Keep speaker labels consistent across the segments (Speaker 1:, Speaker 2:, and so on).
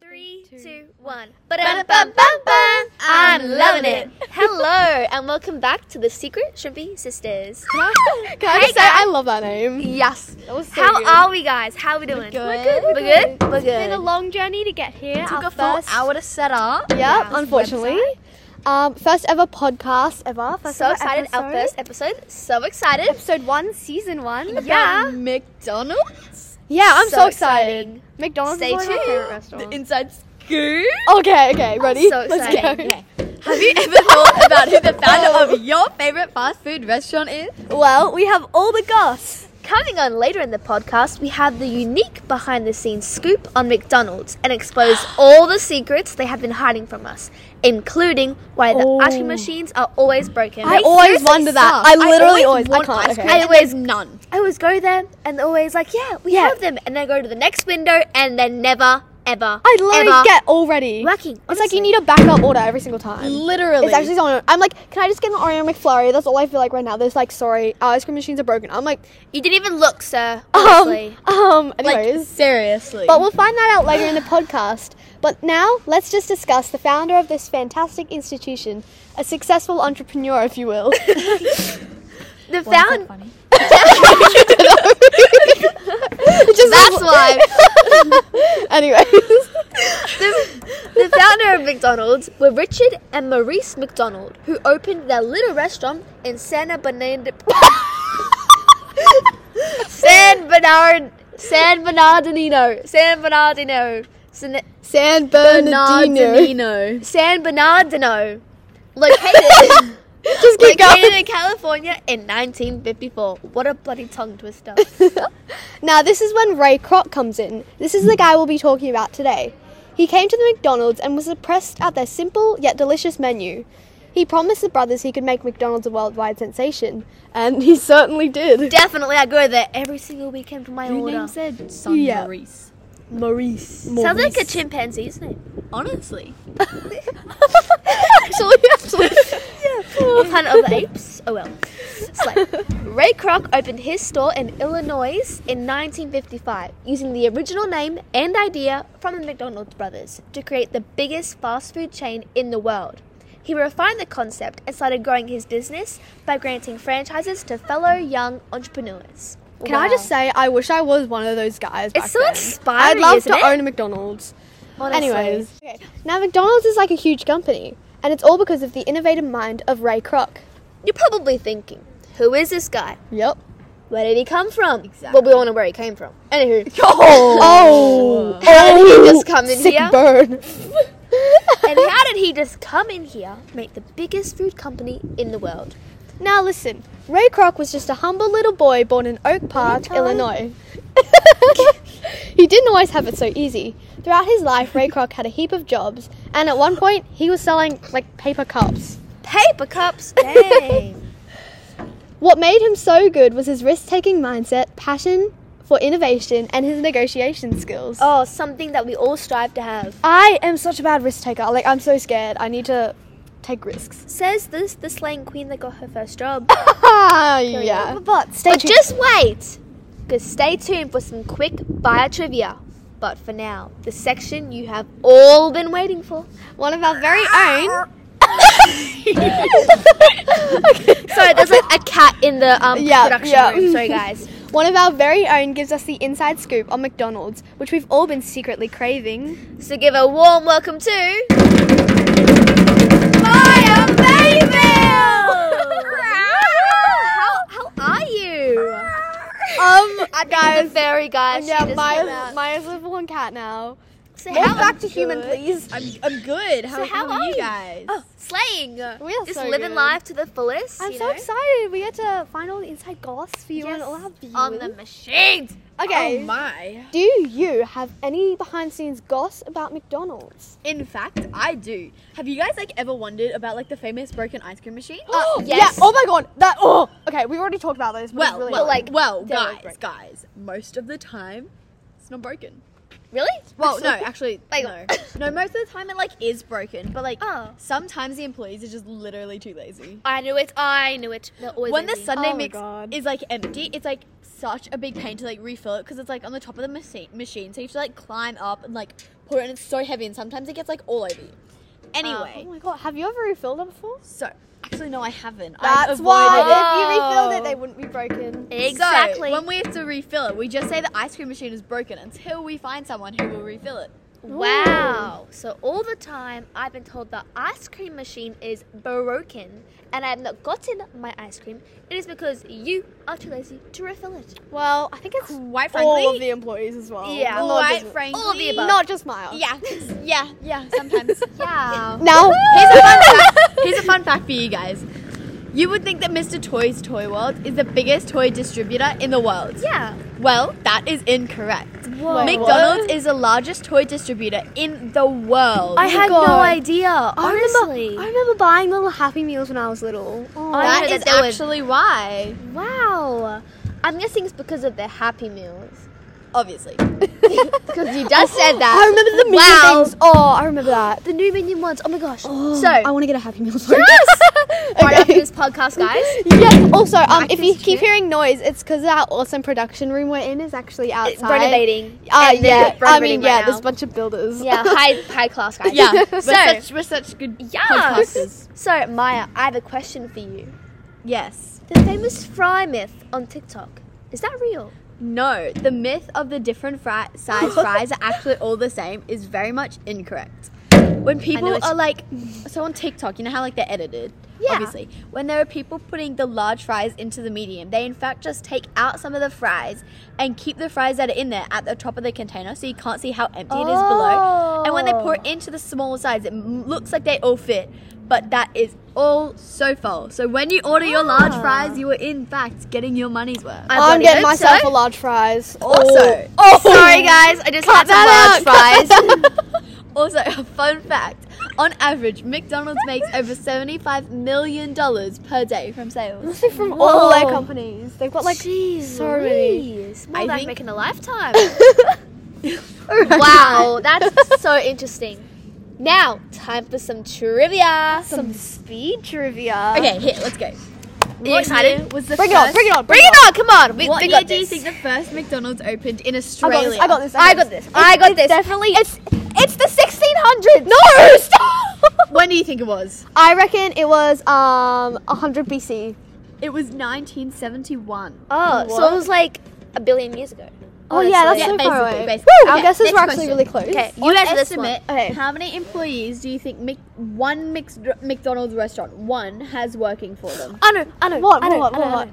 Speaker 1: Three, two, one. Ba-dum-bum-bum-bum. I'm loving it. Hello, and welcome back to the Secret Shrimpy Sisters.
Speaker 2: Can I, can I just say I love that name?
Speaker 1: Yes.
Speaker 2: That was so
Speaker 1: How
Speaker 2: good.
Speaker 1: are we, guys? How are we doing?
Speaker 2: good.
Speaker 1: We're
Speaker 2: We're
Speaker 1: good. We're
Speaker 3: It's been a
Speaker 1: good.
Speaker 3: long journey to get here. Our first-
Speaker 1: hour to set up.
Speaker 2: Yep, unfortunately. Um, first ever podcast ever. First
Speaker 1: So
Speaker 2: ever
Speaker 1: excited! Our first
Speaker 2: episode.
Speaker 1: episode. So excited.
Speaker 3: episode one, season one.
Speaker 1: Yeah.
Speaker 4: McDonald's?
Speaker 2: Yeah, I'm so,
Speaker 1: So
Speaker 2: excited.
Speaker 1: exciting.
Speaker 2: McDonald's
Speaker 1: Stay
Speaker 2: is one of my
Speaker 1: tuned.
Speaker 2: favorite
Speaker 4: The
Speaker 2: restaurants.
Speaker 4: inside scoop?
Speaker 2: Okay, okay, ready?
Speaker 1: so
Speaker 2: Let's go.
Speaker 1: exciting.
Speaker 4: Have you ever thought about who the founder
Speaker 2: Oh.
Speaker 4: of your favorite fast food restaurant is?
Speaker 2: Well, we have all the goss.
Speaker 1: Coming on later in the podcast, we have the unique behind the scenes scoop on McDonald's and expose all the secrets they have been hiding from us, including why the
Speaker 2: Oh.
Speaker 1: ice cream machines are always broken.
Speaker 2: I always
Speaker 4: seriously
Speaker 2: wonder that.
Speaker 4: suck.
Speaker 2: I literally
Speaker 4: I
Speaker 2: always,
Speaker 4: always want
Speaker 2: I can't.
Speaker 4: ice cream
Speaker 2: okay.
Speaker 4: and there's none.
Speaker 1: I always go there and they're always like, yeah, we
Speaker 2: Yeah.
Speaker 1: have them. And then I go to the next window and they're never, ever,
Speaker 2: I literally
Speaker 1: ever
Speaker 2: get all ready.
Speaker 1: working.
Speaker 2: It's like you need a backup order every single time.
Speaker 4: Literally.
Speaker 2: It's actually so annoying. I'm like, can I just get an Oreo McFlurry? That's all I feel like right now. There's like, sorry, our ice cream machines are broken. I'm like,
Speaker 1: You didn't even look, sir.
Speaker 2: um,
Speaker 1: Honestly.
Speaker 2: um, anyways.
Speaker 4: like seriously.
Speaker 2: But we'll find that out later in the podcast. But now, let's just discuss the founder of this fantastic institution, a successful entrepreneur, if you will.
Speaker 1: the found.
Speaker 2: Just
Speaker 1: That's why
Speaker 2: Anyways,
Speaker 1: the founder of McDonald's were Richard and Maurice McDonald, who opened their little restaurant in Santa Bernard. San Bernard, San Bernardino, San Bernardino, San,
Speaker 2: San Bernardino.
Speaker 4: Bernardino.
Speaker 1: San Bernardino, located.
Speaker 2: Just keep
Speaker 1: Located
Speaker 2: going.
Speaker 1: in California in 1954. What a bloody tongue twister.
Speaker 2: Now, this is when Ray Kroc comes in. This is the guy we'll be talking about today. He came to the McDonald's and was impressed at their simple yet delicious menu. He promised the brothers he could make McDonald's a worldwide sensation, and he certainly did.
Speaker 1: Definitely, I go there every single weekend for my order.
Speaker 4: said Son
Speaker 2: Yeah.
Speaker 4: Maurice.
Speaker 2: Maurice.
Speaker 1: Sounds like a chimpanzee's name.
Speaker 4: Honestly.
Speaker 2: actually, actually.
Speaker 1: Or Planet of the Apes. Oh well. Slay. Ray Kroc opened his store in Illinois in 1955 using the original name and idea from the McDonald's brothers to create the biggest fast food chain in the world. He refined the concept and started growing his business by granting franchises to fellow young entrepreneurs.
Speaker 2: Can I just say, I wish I was one of those guys.
Speaker 1: It's
Speaker 2: back
Speaker 1: so
Speaker 2: then.
Speaker 1: inspiring,
Speaker 2: I'd love
Speaker 1: isn't
Speaker 2: to
Speaker 1: it?
Speaker 2: own a McDonald's.
Speaker 1: Honestly.
Speaker 2: Anyways, now McDonald's is like a huge company, and it's all because of the innovative mind of Ray Kroc.
Speaker 1: You're probably thinking, who is this guy?
Speaker 2: Yep.
Speaker 1: Where did he come from?
Speaker 4: Exactly.
Speaker 1: Well, we all know where he came from. Anywho,
Speaker 2: Oh,
Speaker 1: How did he
Speaker 2: Oh,
Speaker 1: just come in
Speaker 2: sick
Speaker 1: here?
Speaker 2: burn.
Speaker 1: and how did he just come in here, make the biggest food company in the world?
Speaker 2: Now listen, Ray Kroc was just a humble little boy born in Oak Park, Illinois. he didn't always have it so easy. Throughout his life, Ray Kroc had a heap of jobs, and at one point, he was selling like paper cups.
Speaker 1: Paper cups, dang.
Speaker 2: What made him so good was his risk taking mindset, passion for innovation, and his negotiation skills.
Speaker 1: oh, something that we all strive to have.
Speaker 2: I am such a bad risk taker. Like, I'm so scared. I need to take risks.
Speaker 1: Says this the slaying queen that got her first job.
Speaker 2: yeah. But stay
Speaker 1: but
Speaker 2: tuned.
Speaker 1: just wait, because stay tuned for some quick buyer trivia. But for now, the section you have all been waiting for.
Speaker 2: one of our very own.
Speaker 1: Sorry, there's like a cat in the um,
Speaker 2: Yeah,
Speaker 1: production
Speaker 2: yeah.
Speaker 1: room. Sorry, guys.
Speaker 2: One of our very own gives us the inside scoop on McDonald's, which we've all been secretly craving.
Speaker 1: So give a warm welcome to Maya Mayville. how, how are you?
Speaker 2: Um,
Speaker 1: I guys, the fairy guys. she
Speaker 2: yeah,
Speaker 1: just came
Speaker 2: Maya's,
Speaker 1: out.
Speaker 2: Maya's a one cat now.
Speaker 1: So
Speaker 2: More
Speaker 1: how
Speaker 2: back to human, please.
Speaker 4: I'm, I'm good. How,
Speaker 1: So how
Speaker 4: are
Speaker 1: are
Speaker 4: you
Speaker 1: you?
Speaker 4: guys?
Speaker 1: Oh, slaying.
Speaker 2: We are
Speaker 1: just
Speaker 2: so
Speaker 1: living
Speaker 2: good.
Speaker 1: life to the fullest.
Speaker 2: I'm
Speaker 1: you
Speaker 2: so
Speaker 1: know?
Speaker 2: excited. We get to find all the inside goss for you and
Speaker 1: Yes,
Speaker 2: all our viewers.
Speaker 1: on the machines.
Speaker 2: okay.
Speaker 4: Oh my.
Speaker 2: Do you have any behind the scenes goss about McDonald's?
Speaker 4: In fact, I do. Have you guys like ever wondered about like the famous broken ice cream machine? Uh,
Speaker 1: yes.
Speaker 2: Yeah. Oh my god. That. Oh. Okay. We already talked about those. but it's
Speaker 4: well,
Speaker 2: really
Speaker 4: well,
Speaker 2: annoying.
Speaker 1: like,
Speaker 4: like, well,
Speaker 1: they
Speaker 4: guys,
Speaker 1: always break.
Speaker 4: guys, most of the time, it's not broken.
Speaker 1: Really?
Speaker 4: Well, no, actually,
Speaker 1: Like-
Speaker 4: no, no. Most of the time, it like is broken, but like
Speaker 1: Oh.
Speaker 4: sometimes the employees are just literally too lazy.
Speaker 1: I knew it. I knew it. They're always
Speaker 4: When the
Speaker 1: lazy.
Speaker 4: Sunday
Speaker 2: Oh my
Speaker 4: mix
Speaker 2: God.
Speaker 4: is like empty, it's like such a big pain to like refill it because it's like on the top of the machine, machine, so you have to like climb up and like pour it, and it's so heavy, and sometimes it gets like all over you. Anyway,
Speaker 2: Oh my god, have you ever refilled it before?
Speaker 4: so actually, no, I haven't. I've
Speaker 2: That's
Speaker 4: avoided
Speaker 2: why. If you refilled it, they wouldn't be broken.
Speaker 1: Exactly.
Speaker 4: So, when we have to refill it, we just say the ice cream machine is broken until we find someone who will refill it.
Speaker 1: Wow. So all the time I've been told the ice cream machine is broken and I have not gotten my ice cream. It is because you are too lazy to refill it.
Speaker 2: Well, I think it's
Speaker 4: Quite frankly,
Speaker 2: all of the employees as well.
Speaker 1: Yeah.
Speaker 2: Not
Speaker 4: quite
Speaker 2: just-
Speaker 4: frankly,
Speaker 1: all of the above.
Speaker 2: Not just Maya.
Speaker 4: Yeah, yeah, yeah. Sometimes. yeah.
Speaker 2: Now,
Speaker 4: Here's a fun fact. Here's a fun fact for you guys. You would think that Mr. Toy's Toy World is the biggest toy distributor in the world.
Speaker 1: Yeah.
Speaker 4: Well, that is incorrect.
Speaker 2: Wait,
Speaker 4: McDonald's is the largest toy distributor in the world.
Speaker 1: I had no
Speaker 2: God.
Speaker 1: idea.
Speaker 2: I remember-
Speaker 1: Honestly.
Speaker 2: I remember buying little Happy Meals when I was little. Oh.
Speaker 1: I
Speaker 4: that
Speaker 1: know that
Speaker 4: is
Speaker 1: that would-
Speaker 4: actually why.
Speaker 1: Wow. I'm guessing it's because of their happy meals.
Speaker 4: Obviously.
Speaker 1: Because you just said that.
Speaker 2: I remember the mini
Speaker 1: Wow.
Speaker 2: things. Oh, I remember that.
Speaker 1: The new minion ones. Oh my gosh.
Speaker 2: so
Speaker 1: so
Speaker 2: I want to get a Happy Meal. Sorry.
Speaker 1: right after
Speaker 2: okay.
Speaker 1: this podcast, guys.
Speaker 2: Yes. Also, um, if
Speaker 1: Practice
Speaker 2: you keep
Speaker 1: trip.
Speaker 2: hearing noise, it's because our awesome production room we're in is actually outside.
Speaker 1: Renovating.
Speaker 2: Uh,
Speaker 1: And they're
Speaker 2: yeah. I mean,
Speaker 1: renovating
Speaker 2: yeah.
Speaker 1: right now.
Speaker 2: There's a bunch of builders.
Speaker 1: Yeah, high high class guys.
Speaker 4: Yeah. We're,
Speaker 1: So-
Speaker 4: such, we're such good podcasters.
Speaker 1: Yes. So Maya, I have a question for you.
Speaker 4: Yes.
Speaker 1: The famous fry myth on TikTok. Is that real?
Speaker 4: No, the myth of the different fry- size fries are actually all the same is very much incorrect. When people
Speaker 1: it's-
Speaker 4: are like, so on TikTok, you know how like they're edited,
Speaker 1: Yeah.
Speaker 4: obviously. When there are people putting the large fries into the medium, they in fact just take out some of the fries and keep the fries that are in there at the top of the container, so you can't see how empty it is below. And when they pour
Speaker 1: Oh.
Speaker 4: it into the smaller size, it m- looks like they all fit, but that is all so false. So when you order your large
Speaker 1: Ah.
Speaker 4: fries, you are in fact getting your money's worth.
Speaker 1: I
Speaker 2: I'm
Speaker 1: bloody
Speaker 2: getting
Speaker 1: hope
Speaker 2: myself
Speaker 1: so.
Speaker 2: a large fries.
Speaker 4: Also-
Speaker 2: oh,
Speaker 1: Sorry guys, I just had some large fries.
Speaker 4: Also, a fun fact on average, McDonald's makes over $75 million per day from sales.
Speaker 2: Mostly from all their
Speaker 1: Whoa.
Speaker 2: companies. They've got like
Speaker 1: Jeez,
Speaker 2: so many.
Speaker 1: Louise. More
Speaker 4: I
Speaker 1: than I
Speaker 4: think-
Speaker 1: make in a lifetime.
Speaker 2: wow.
Speaker 1: wow, that's so interesting. Now, time for some trivia. Some,
Speaker 2: Speed trivia.
Speaker 4: Okay, here, let's go.
Speaker 1: you excited?
Speaker 4: Was the
Speaker 2: Bring it
Speaker 4: first,
Speaker 2: on. Bring it on.
Speaker 1: Bring it on, come on. We,
Speaker 4: What
Speaker 1: we
Speaker 4: year
Speaker 1: got
Speaker 4: do you
Speaker 1: this.
Speaker 4: think the first McDonald's opened in
Speaker 2: I got
Speaker 4: Australia?
Speaker 2: this. I got this.
Speaker 1: I got this. I got this. Definitely. It's it's the 1600s. No, stop.
Speaker 4: When do you think it was?
Speaker 2: I reckon it was um 100 BC.
Speaker 4: It was 1971.
Speaker 1: Oh, so
Speaker 2: What?
Speaker 1: it was like a billion years ago.
Speaker 2: Oh yeah, that's
Speaker 1: Honestly.
Speaker 2: so far
Speaker 4: basically,
Speaker 2: away.
Speaker 4: basically.
Speaker 2: Woo! Our
Speaker 4: Okay,
Speaker 2: guesses were
Speaker 4: next
Speaker 2: actually
Speaker 4: question.
Speaker 2: really close.
Speaker 1: Okay, you
Speaker 4: On
Speaker 1: answer this
Speaker 4: estimate,
Speaker 1: one.
Speaker 2: Okay.
Speaker 4: how many employees do you think Mc- one Mc- McDonald's restaurant, one, has working for them?
Speaker 1: I know, I know.
Speaker 2: What?
Speaker 1: I know,
Speaker 2: What?
Speaker 1: I know,
Speaker 2: What?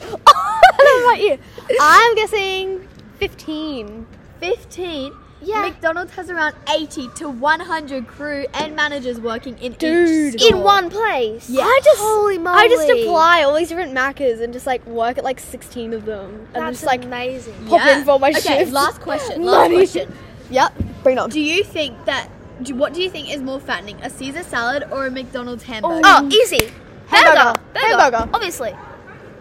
Speaker 1: I know.
Speaker 2: I'm guessing 15.
Speaker 4: 15.
Speaker 1: Yeah.
Speaker 4: McDonald's has around 80 to 100 crew and managers working in
Speaker 2: Dude.
Speaker 4: each store.
Speaker 1: In one place.
Speaker 4: Yeah.
Speaker 2: I just
Speaker 1: Holy moly.
Speaker 2: I just apply all these different Maccas and just like work at like 16 of them and
Speaker 1: That's
Speaker 2: just like
Speaker 1: amazing.
Speaker 2: pop in for my
Speaker 4: okay,
Speaker 2: shift.
Speaker 4: last question. Last
Speaker 2: Money.
Speaker 4: question.
Speaker 2: Yep. Bring it on.
Speaker 4: Do you think that do, what do you think is more fattening, a Caesar salad or a McDonald's hamburger?
Speaker 1: Oh, easy.
Speaker 2: Hamburger.
Speaker 1: Burger.
Speaker 2: Hamburger.
Speaker 1: Obviously.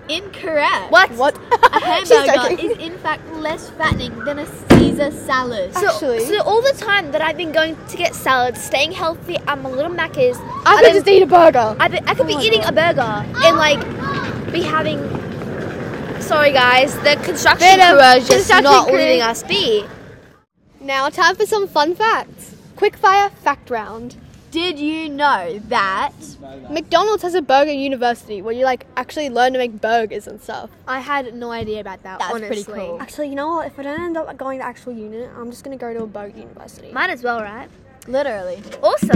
Speaker 4: incorrect.
Speaker 1: What?
Speaker 2: What?
Speaker 4: A
Speaker 2: She's joking.
Speaker 4: hamburger is in fact less fattening than a Caesar salad.
Speaker 1: So,
Speaker 2: Actually-
Speaker 1: so all the time that I've been going to get salads, staying healthy at my little Macca's,
Speaker 2: I could just eat a burger.
Speaker 1: I, be, I
Speaker 2: Oh
Speaker 1: could be eating a burger and like be having. Sorry guys, the construction
Speaker 2: Bit of
Speaker 1: crew are just
Speaker 2: construction
Speaker 1: not
Speaker 2: crew.
Speaker 1: letting us be.
Speaker 2: Now time for some fun facts. Quickfire fact round.
Speaker 4: Did you know that
Speaker 2: McDonald's has a burger university where you like actually learn to make burgers and stuff.
Speaker 1: I had no idea about that.
Speaker 4: That's pretty
Speaker 1: honestly.
Speaker 4: cool.
Speaker 2: Actually, you know what? If I don't end up going to actual unit, I'm just gonna go to a burger university.
Speaker 1: Might as well, right?
Speaker 4: literally?
Speaker 1: Also,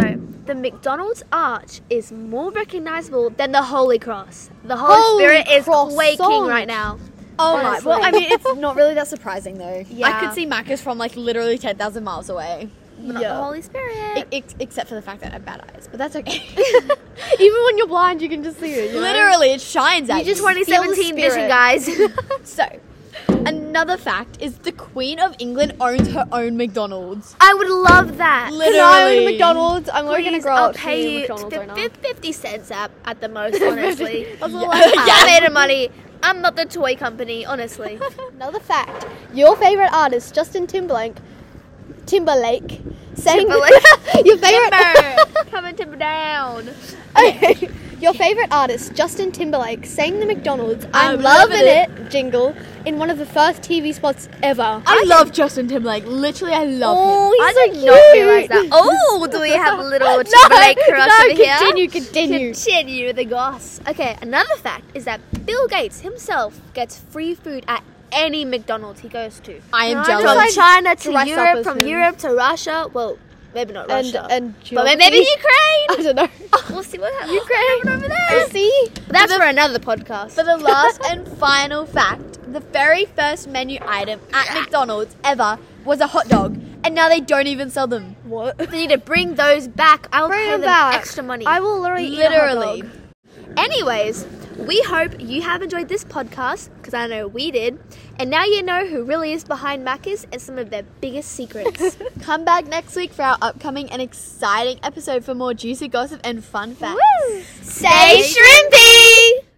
Speaker 1: the McDonald's arch is more recognizable than the Holy Cross. The Holy,
Speaker 2: Holy
Speaker 1: Spirit is
Speaker 2: croissant.
Speaker 1: quaking right now.
Speaker 4: Oh my.
Speaker 1: Honestly.
Speaker 4: Well, I mean, it's not really that surprising though. I
Speaker 1: Yeah.
Speaker 4: could see Macca's from like literally 10,000 miles away.
Speaker 1: But not the Holy Spirit.
Speaker 4: E- ex- except for the fact that I have bad eyes, but that's okay.
Speaker 2: Even when you're blind, you can just see it. you know?
Speaker 4: Literally, it shines
Speaker 1: you
Speaker 4: at you.
Speaker 1: just
Speaker 2: feel the
Speaker 1: 2017 vision,
Speaker 2: spirit.
Speaker 1: guys.
Speaker 4: So, another fact is the Queen of England owns her own McDonald's.
Speaker 1: I would love that.
Speaker 4: Literally.
Speaker 2: Can I own McDonald's? I'm already gonna
Speaker 1: Please,
Speaker 2: grow
Speaker 1: I'll
Speaker 2: up to
Speaker 1: pay you
Speaker 2: McDonald's right now.
Speaker 1: fif- 50 cents up at the most, honestly.
Speaker 4: Yeah.
Speaker 1: I made her money. I'm not the toy company, honestly.
Speaker 2: Another fact: your favorite artist, Justin Timberlake, Timberlake, sang
Speaker 1: Timberlake.
Speaker 2: your favorite.
Speaker 1: Coming to down.
Speaker 2: okay. Your favorite artist, Justin Timberlake, sang the McDonald's
Speaker 4: I'm
Speaker 2: I'm, loving,
Speaker 4: lovin'
Speaker 2: it. jingle in one of the first TV spots ever.
Speaker 4: I, Oh. love Justin Timberlake. Literally, I love
Speaker 1: Oh,
Speaker 4: him.
Speaker 2: he's
Speaker 3: I
Speaker 2: so
Speaker 3: did not realize that.
Speaker 2: cute.
Speaker 3: Oh, do we have a little
Speaker 2: No,
Speaker 3: Timberlake crush
Speaker 2: no,
Speaker 3: over here?
Speaker 2: continue, continue.
Speaker 1: Continue the goss. Okay, another fact is that Bill Gates himself gets free food at any McDonald's he goes to.
Speaker 4: I am
Speaker 1: From
Speaker 4: jealous.
Speaker 1: China to
Speaker 2: dress up
Speaker 1: Europe,
Speaker 2: as
Speaker 1: from
Speaker 2: him.
Speaker 1: Europe to Russia. Well, maybe not
Speaker 2: And,
Speaker 1: Russia.
Speaker 2: and
Speaker 1: but may- maybe
Speaker 2: geography.
Speaker 1: Ukraine.
Speaker 2: I don't know.
Speaker 1: We'll see what happens. Ukraine over there.
Speaker 2: I see.
Speaker 1: That's for another podcast.
Speaker 4: For the last and final fact, the very first menu item at McDonald's ever was a hot dog, and now they don't even sell them.
Speaker 1: What? They need to bring those back. I'll
Speaker 2: Bring
Speaker 1: pay
Speaker 2: them
Speaker 1: them
Speaker 2: back.
Speaker 1: extra money.
Speaker 2: I will literally, eat a hot
Speaker 4: Literally.
Speaker 2: dog.
Speaker 1: Anyways, we hope you have enjoyed this podcast because I know we did, and now you know who really is behind Macca's and some of their biggest secrets.
Speaker 4: Come back next week for our upcoming and exciting episode for more juicy gossip and fun facts.
Speaker 1: Stay shrimpy.